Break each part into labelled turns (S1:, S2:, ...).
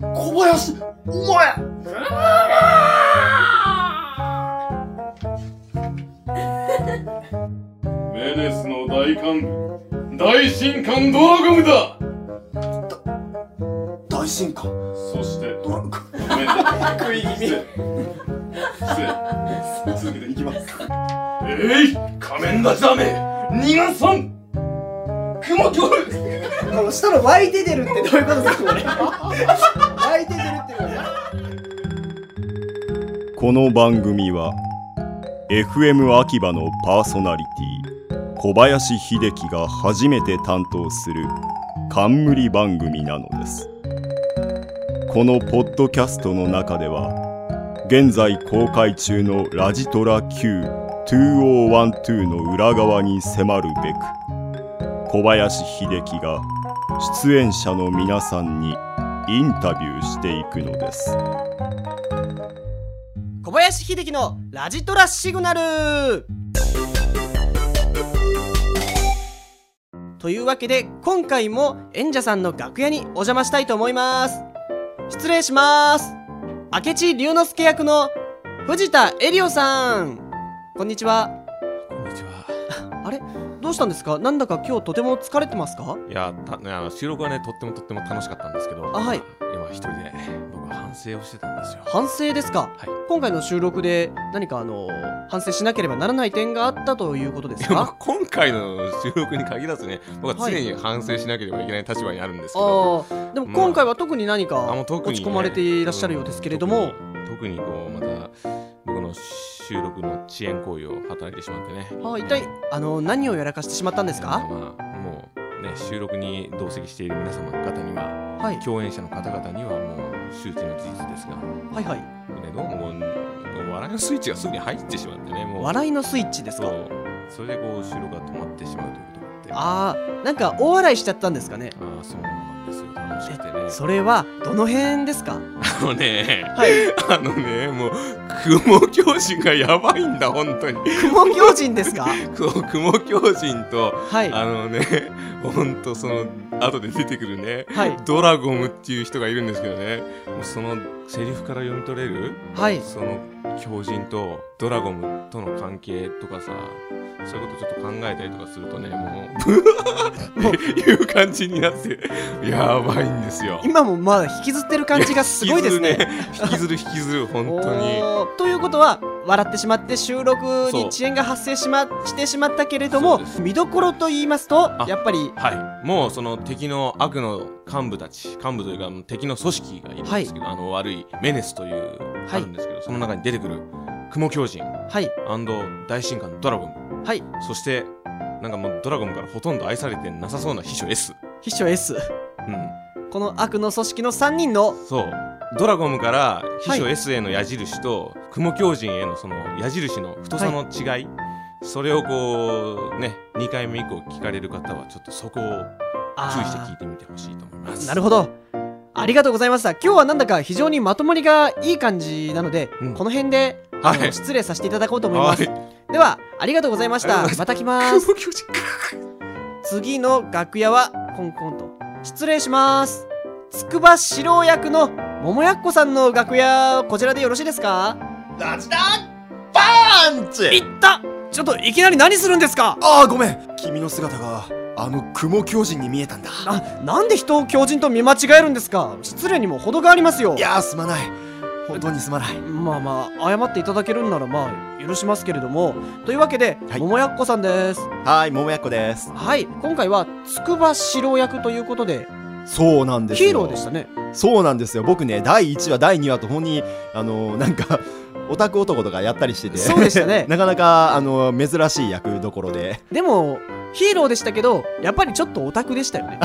S1: 小林、お前
S2: メネスの大幹部、大神官ドラゴムだ
S1: 大進化
S2: そして、
S1: ドラム
S2: メネス、
S1: 食い気
S2: 失礼。失礼。続けていきます。
S1: ます。
S2: えい仮面立ちだめ逃がさん雲恐竜
S3: この下の湧いて出るってどういうことですかこれ湧いて出るっていうのは
S4: この番組は FM 秋葉のパーソナリティ小林秀樹が初めて担当する冠番組なのですこのポッドキャストの中では現在公開中の「ラジトラ Q2012」の裏側に迫るべく小林秀樹が出演者の皆さんにインタビューしていくのです
S3: 小林秀樹のラジトラシグナルというわけで今回も演者さんの楽屋にお邪魔したいと思います失礼します明智龍之介役の藤田エリオさんこんにちは
S5: こんにちは。
S3: あれどうしたんですかなんだか今日とても疲れてますか
S5: いや、たねあの収録はね、とってもとっても楽しかったんですけど、
S3: あはい
S5: 今一人で僕は反省をしてたんですよ。
S3: 反省ですか
S5: はい。
S3: 今回の収録で何かあの反省しなければならない点があったということで
S5: い
S3: す
S5: やまあ
S3: か
S5: 今回の収録に限らずね、僕は常に反省しなければいけない立場にあるんですけど、
S3: ああでも今回は特に何か
S5: あもう
S3: 落
S5: 特に
S3: ち
S5: ね
S3: 込まれていらっしゃるようですけれども、
S5: うん特に特にこう、また僕の収録の遅延行為を働いてしまってね。
S3: ああ一体あの何をやらかしてしまったんですか
S5: まあ、もうね、収録に同席している皆様方には、
S3: はい
S5: 共演者の方々にはもう周知の事実ですが、
S3: はいはい
S5: ね、どうもこう笑いのスイッチがすぐに入ってしまってね、もう。
S3: 笑いのスイッチです
S5: そ
S3: か
S5: うそれでこう後ろが止まってしまうということがあってあ
S3: ああなんか大笑いしちゃったんですかね
S5: あそうなんですよ楽しくてね
S3: それはどの辺ですか
S5: あのね
S3: はい
S5: あのねもう雲狂人がやばいんだ本当に
S3: 雲行人です か
S5: そう雲狂人と
S3: はい
S5: あのね本当その後で出てくるね
S3: はい
S5: ドラゴムっていう人がいるんですけどねもうそのセリフから読み取れる
S3: はい
S5: その狂人とドラゴムとの関係とかさそういうことちょっと考えたりとかするとねも うブワーっていう感じになってやばいんですよ
S3: 今もまだ引きずってる感じがすごいですね
S5: 引きずるね引きずる引きずる本当に
S3: おーということは笑ってしまって収録
S5: そ
S3: に
S5: う
S3: 遅延が発生し,、ま、してしまったけれども
S5: そうです
S3: 見どころと言いますと
S5: あ
S3: やっぱり
S5: はいもうその敵の悪の幹部たち幹部というかもう敵の組織がいるんですけど、あの悪いメネスとい
S3: は
S5: う、
S3: い
S5: あるんですけどその中に出てくる雲狂人
S3: はい
S5: 大神官ドラゴム
S3: はい
S5: そしてなんかもうドラゴムからほとんど愛されてなさそうな秘書 S
S3: 秘書 S
S5: うん
S3: この悪の組織の3人の
S5: そうドラゴムから秘書
S3: は
S5: S への矢印と、雲狂人へのその矢印の太さの違い、それをこうね2回目以降聞かれる方はちょっとそこを注意して聞い
S3: あ
S5: てみてほしいと思いま
S3: ー
S5: す
S3: なるほどありがとうございました今日はなんだか非常にまとまりがいい感じなので、
S5: うん
S3: この辺で、あの
S5: はい
S3: 失礼させていただこうと思います、
S5: はい
S3: ではありがとうございまし
S5: あ
S3: た
S5: り
S3: また来ます
S5: 雲狂人
S3: 次の楽屋はコンコンと失礼しますつくば四郎役の桃やっこさんの楽屋こちらでよろしいですか
S1: ラジタパン
S3: いっ
S1: チ
S3: たちょっといきなり何するんですか
S1: ああ、ごめん君の姿が、あの雲狂人に見えたんだ。
S3: ななんで人を狂人と見間違えるんですか失礼にも程がありますよ
S1: いやー、すまない。本当にすまない。
S3: まあまあ謝っていただけるんならまあ許しますけれどもというわけで、
S1: はい
S3: 桃やっこさんです
S4: はい、ももやっこです。
S3: はい今回はつくば四郎役ということで
S4: そうなんですよ。
S3: ヒーローでしたね
S4: そうなんですよ。僕ね、第1話、第2話と、本に、あのーなんか、オタク男とかやったりしてて。
S3: そうでし たね
S4: なかなか、あのー珍しい役どころで、
S3: でもヒーローでしたけどやっぱりちょっとオタクでしたよね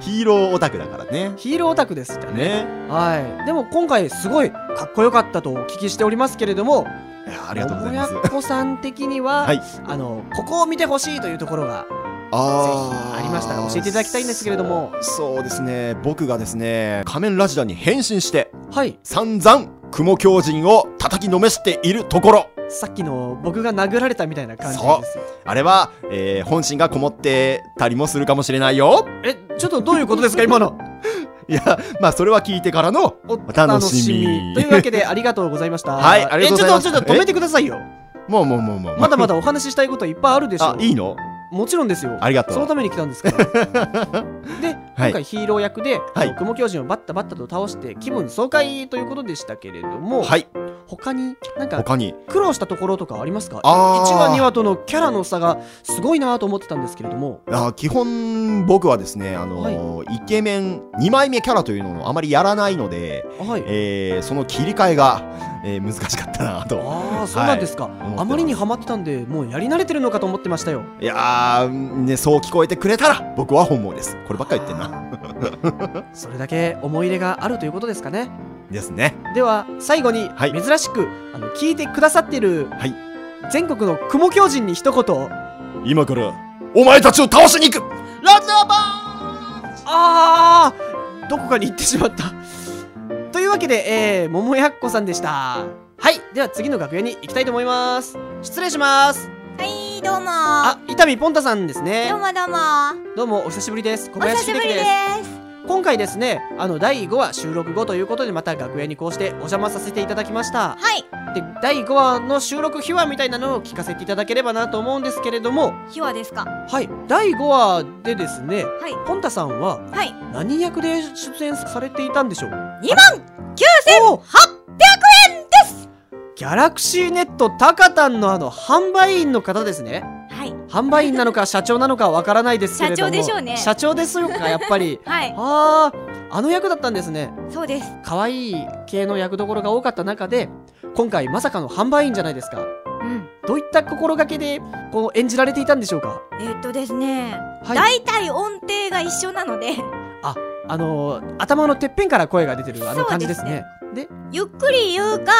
S4: ヒーローオタクだからね。
S3: ヒーローオタクでしたね
S4: ね。
S3: はいでも今回すごいかっこよかったとお聞きしておりますけれども
S4: いやありがとうございます
S3: 桃。やっこさん的には、
S4: はい
S3: あのここを見てほしいというところが
S4: あ
S3: ぜひありましたら教えていただきたいんですけれども
S4: そうそうですね、僕がですね、仮面ラジダに変身して、
S3: はい
S4: 散々、雲狂人を叩きのめしているところ。
S3: さっきの僕が殴られたみたいな感じ
S4: そう
S3: です
S4: あれは、えー本心がこもってたりもするかもしれないよ。
S3: えちょっとどういうことですか今の
S6: いや、まあ、それは聞いてからの
S3: お
S6: お楽しみ
S3: というわけでありがとうございました。
S6: はいありがとうございます
S3: えちょっとちょっと止めてくださいよ。
S6: もうもうもうもう。
S3: まだまだお話ししたいこといっぱいあるでしょ。
S6: あ、いいの
S3: もちろんですよ。
S6: ありがとう
S3: そのために来たんで すから。
S6: は
S3: で、
S6: い
S3: 今回ヒーロー役で、
S6: はい
S3: 雲巨人をバッタバッタと倒して気分爽快ということでしたけれども、
S6: はい。
S3: 他になんか
S6: 他に。
S3: 苦労したところとかありますか
S6: あー
S3: ?1 話2話とのキャラの差がすごいなと思ってたんですけれども。
S6: あ基本、僕はですね、あのーイケメン2枚目キャラというのをあまりやらないので、
S3: はい。
S6: えーその切り替えが、えー難しかったなと。
S3: ああ、そうなんですか。
S6: 思ってます
S3: あまりにハマってたんで、もうやり慣れてるのかと思ってましたよ。
S6: いやー、ね、そう聞こえてくれたら、僕は本望です。こればっかり言ってんな。
S3: な。それだけ思い入れがあるということですかね。
S6: ですね。
S3: では最後に
S6: はい
S3: 珍しく、あの聞いてくださってる、
S6: はい
S3: 全国の雲狂人に一言
S4: 今から
S6: お前たちを倒しに行くランナーバ
S3: あーどこかに行ってしまったというわけで、えー、桃やっこさんでしたはいでは次の楽屋に行きたいと思います失礼します
S7: はい、どうも
S3: あ伊丹ポンタさんですね
S7: どうもどうも
S3: どうもお久しぶりです小
S7: お久
S3: 林
S7: し
S3: 秀
S7: ぶ
S3: 樹
S7: り
S3: で
S7: です
S3: 今回ですねあの第5話収録後ということでまた楽屋にこうしてお邪魔させていただきました
S7: すはい、
S3: で第5話の収録秘話みたいなのを聞かせていただければなと思うんですけれども
S7: ひわですかは
S3: はい、第5話でですね、
S7: い、
S3: ポンタさんは
S7: はい、
S3: 何役で出演されていたんでしょう
S7: 2万
S3: お
S7: 9800円です
S3: ギャラクシーネットタカタンのあの販売員の方ですね。
S7: はい、
S3: 販売員なの か社長なのかわからないですけれども。
S7: 社長でしょうね。
S3: 社長ですよか、やっぱり
S7: はい、
S3: ああ、あの役だったんですね。
S7: そうです
S3: 可愛い系の役どころが多かった中で、今回まさかの販売員じゃないですか。
S7: うん
S3: どういった心がけで、こう演じられていたんでしょうか
S7: えーっとですね、
S3: はい
S7: 大体音程が一緒なので
S3: あのー頭のてっぺんから声が出てるあの感じですね。で
S7: ゆっくり言うか、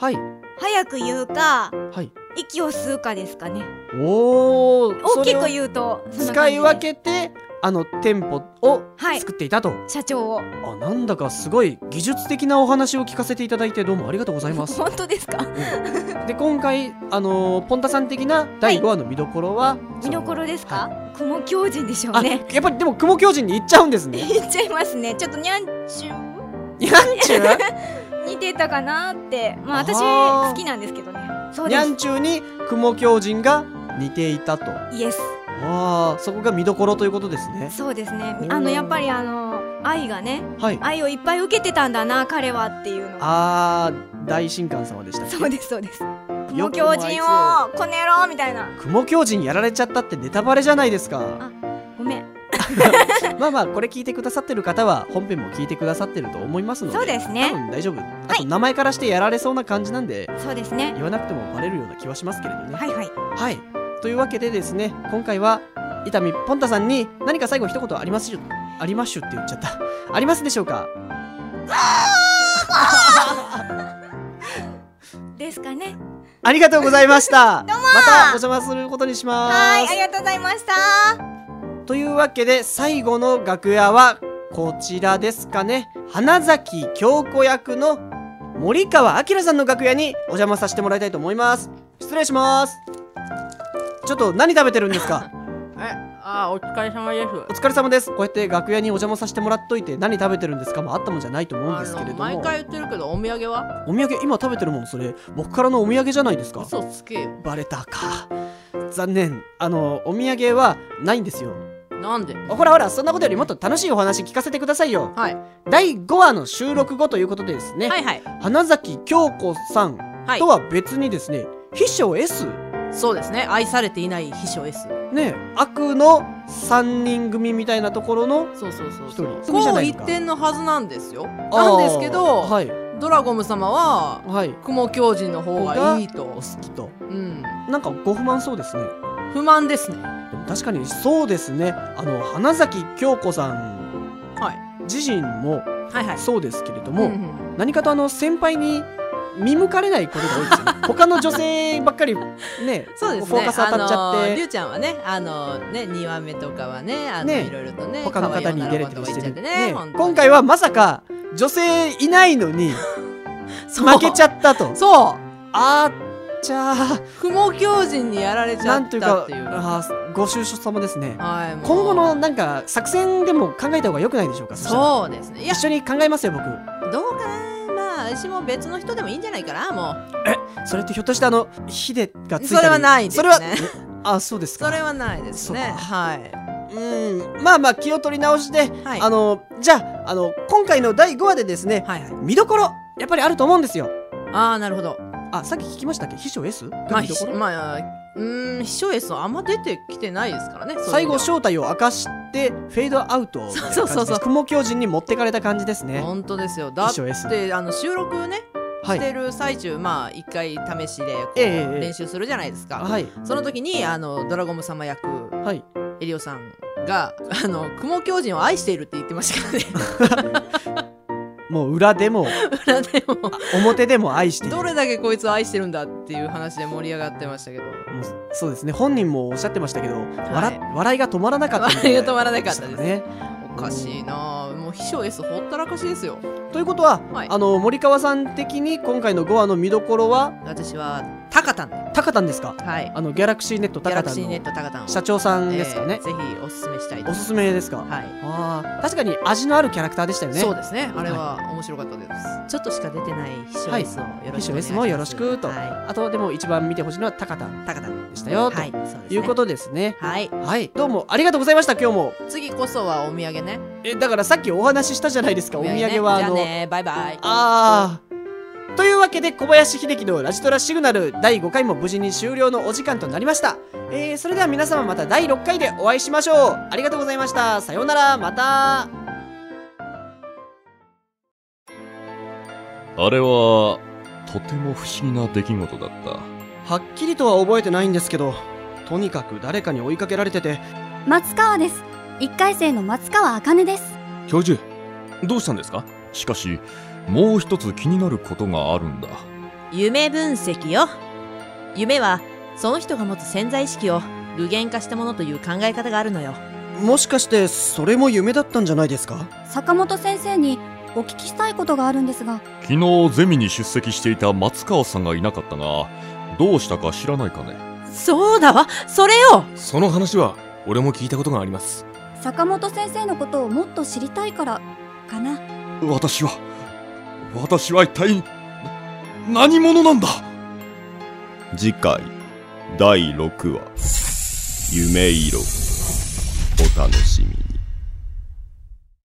S3: はい、
S7: 早く言うか
S3: はい。
S7: 息を吸うかですかね
S3: おお
S7: 大きく言うとそん
S3: 使
S7: な感じ
S3: い
S7: で
S3: 分けてあの店舗を
S7: はい
S3: 作っていたと、
S7: 社長を
S3: あなんだかすごい技術的なお話を聞かせていただいてどうもありがとうございます
S7: 本当ですか
S3: で今回あのーポンタさん的な第5話の見どころは、
S7: 見どころですか、
S3: は
S7: 雲狂人でしょ
S3: あ
S7: うね
S3: やっぱりでも雲狂人に行っちゃうんですね
S7: 言っちゃいますね ちょっとにゃんちゅう
S3: にゃんちゅう
S7: 似てたかなってまあ私
S3: あー
S7: 好きなんですけどねそう
S3: に
S7: で
S3: ゃ
S7: す
S3: んちゅうに雲狂人が似ていたと
S7: イエス
S3: あーそこが見どころということですね
S7: そうですね
S3: うん
S7: あのやっぱりあの愛がね
S3: はい
S7: 愛をいっぱい受けてたんだな彼はっていうのが
S3: あー大神官様でしたっけ
S7: そうですそうです
S3: よ
S7: 雲
S3: くもあ
S7: 狂
S3: いつを
S7: 人をこねろみたいな
S3: 雲狂人やられちゃったってネタバレじゃないですか
S7: ごめん
S3: まあまあこれ聞いてくださってる方は本編も聞いてくださってると思いますので
S7: そうですね
S3: 多分大丈夫あと名前からしてやられそうな感じなんで、
S7: そうですね
S3: 言わなくてもバレるような気はしますけれどね
S7: はいはい
S3: はい、というわけでですね今回は伊丹ポンタさんに何か最後一言ありますしゅありましゅって言っちゃったありますでしょうか
S7: ですかね
S3: ありがとうございました
S7: どうも
S3: またお邪魔することにします
S7: はいありがとうございました
S3: というわけで最後の楽屋はこちらですかね花咲京子役の森川明さんの楽屋にお邪魔させてもらいたいと思います失礼しますちょっと何食べてるんです か
S8: え、あーお疲れ様です。
S3: お疲れ様ですこうやって楽屋にお邪魔させてもらっといて何食べてるんですかもあったもんじゃないと思うんですけれども
S8: 毎回言ってるけど、お土産は
S3: お土産今食べてるもんそれ僕からのお土産じゃないですか
S8: 嘘つけよ。
S3: バレたか残念あのお土産はないんですよ
S8: なんで
S3: ほらほらそんなことよりもっと楽しいお話聞かせてくださいよ
S8: はい。
S3: 第5話の収録後ということでですね、
S8: はいはい。
S3: 花咲京子さん
S8: はい
S3: とは別にですね、秘書 S
S8: そうですね。愛されていない秘書 S。
S3: ね悪の3人組みたいなところの
S8: そうそうそう
S3: 一人
S8: そう。
S3: そうじゃ
S8: こ
S3: な
S8: う
S3: い
S8: 一
S3: ですか
S8: 点のはずなんですよ。なんですけ
S3: あ
S8: ど、
S3: ーはい
S8: ドラゴム様は、
S3: はい
S8: 雲狂人の方がいい
S3: お
S8: と
S3: 好。きと
S8: うん。
S3: なんかご不満そうですね
S8: 不満ですね。
S3: でも確かにそうですねあの花咲京子さん
S8: は
S3: 自身も
S8: い。はいはい。
S3: そうですけれど
S8: う
S3: も、
S8: んうん
S3: 何かとあの先輩に見向かれないことが多いですよね 他の女性ばっかりね
S8: そうです
S3: フ
S8: ね。
S3: ォーカス当たっちゃって
S8: あのーりゅうちゃんはね、あのーね、2話目とかはね、あの、
S3: ね
S8: いろいろとね、
S3: 他の方に
S8: 可
S3: 入
S8: 愛
S3: れ
S8: い
S3: れ
S8: 女
S3: て
S8: の
S3: る
S8: 子とか言
S3: し
S8: っち
S3: て
S8: ゃっ
S3: る
S8: て
S3: ね
S8: ね。本当に
S3: 今回はまさか女性いないのに
S8: そう
S3: 負けちゃったと
S8: そう
S3: あちゃー
S8: 雲狂人にやられちゃ
S3: な
S8: っ
S3: んという
S8: た
S3: か
S8: っていう
S3: あーご愁傷様ですね
S8: はいもう
S3: 今後のなんか作戦でも考えた方が良くないでしょうかそしたら
S8: そうですねいや
S3: 一緒に考えますよ僕
S8: どうかなまあ私も別の人でもいいんじゃないかなもう
S3: それってひょっとしてあのヒデがついたり
S8: それはないですね
S3: それはあそうですか
S8: それはないですね
S3: そうか
S8: はい
S3: うんまあまあ気を取り直して、
S8: はい
S3: あのじゃああの今回の第5話でですね
S8: はいはい
S3: 見どころやっぱりあると思うんですよ
S8: ああなるほど
S3: あさっき聞きましたっけ秘書 S?
S8: まあ
S3: 見ど
S8: ひ
S3: ころ
S8: まあうーん秘書 S はあんま出てきてないですからね
S3: 最後
S8: そういう
S3: 正体を明かしてフェードアウトみたいな感じです
S8: そうそうそうそう
S3: 雲狂人に持ってかれた感じです
S8: 意味では
S3: ね
S8: 本当ですよだ
S3: 秘
S8: っ
S3: 書 S
S8: てあの収録ね
S3: は
S8: し
S3: い
S8: てる最中、まあ一回試しでこう
S3: ええええ
S8: 練習するじゃないですか、
S3: はい
S8: その時にあのドラゴム様役
S3: はい
S8: エリオさんがあの雲狂人を愛しているって言ってましたからね
S3: もう裏 でも
S8: 裏でも
S3: 表でも愛している
S8: どれだけこいつを愛してるんだっていう話で盛り上がってましたけど
S3: もうそうですね本人もおっしゃってましたけど、
S8: い
S3: 笑笑いが止まらなかったみた
S8: 笑
S3: い
S8: い
S3: な
S8: が止まらなかったで
S3: ですすね
S8: おかしいなあもう秘書 S ほったらかしですよ
S3: ということは、
S8: はい
S3: あの森川さん的に今回の5話の見どころは
S8: 私はタカタンで
S3: 高田んですか
S8: はい
S3: あのギャラクシーネット
S8: ギャ
S3: 高
S8: ラク
S3: 田
S8: シーネッ
S3: の
S8: トタカタンを
S3: 社長さんですか
S8: え
S3: ね
S8: ー、ぜひおすすめしたいで
S3: お
S8: す
S3: すすめですか、
S8: はい
S3: あー確かに味のあるキャラクターでしたよね
S8: そうですねあれは面白かったです、ちょっとしか出てない秘書 S をよ
S3: 秘
S8: ろし
S3: 書
S8: くお願いします、
S3: S もよろしくと、
S8: は
S3: あとでも一番見てほしいのは高田
S8: い、タカタン
S3: でしたよ、
S8: はいそうですね
S3: ということですね
S8: はい
S3: はいどうもありがとうございました今日も
S8: 次こそはお土産ね
S3: えだからさっきお話ししたじゃないですかお土産,、
S8: ね
S3: は
S8: じ
S3: あ
S8: ゃあ
S3: の
S8: ねバイバイ
S3: ああというわけで小林秀樹のラジトラシグナル第5回も無事に終了のお時間となりました、えー、それでは皆様また第6回でお会いしましょうありがとうございましたさようならまた
S9: あれは、とても不思議な出来事だった。
S3: はっきりとは覚えてないんですけどとにかく誰かに追いかけられてて
S10: 松川です1回生の松川茜です
S5: 教授どうしたんですか
S9: しかし、もう一つ気になることがあるんだ。
S11: 夢分析よ夢はその人が持つ潜在意識を具現化したものという考え方があるのよ
S3: もしかしてそれも夢だったんじゃないですか
S10: 坂本先生にお聞きしたいことがあるんですが
S9: 昨日ゼミに出席していた松川さんがいなかったが、どうしたか知らないかね。
S11: そうだわそれよ
S5: その話は俺も聞いたことがあります
S10: 坂本先生のことをもっと知りたいからかな
S9: 私は、私は一体、な何者なんだ
S4: 次回第6話夢色お楽しみに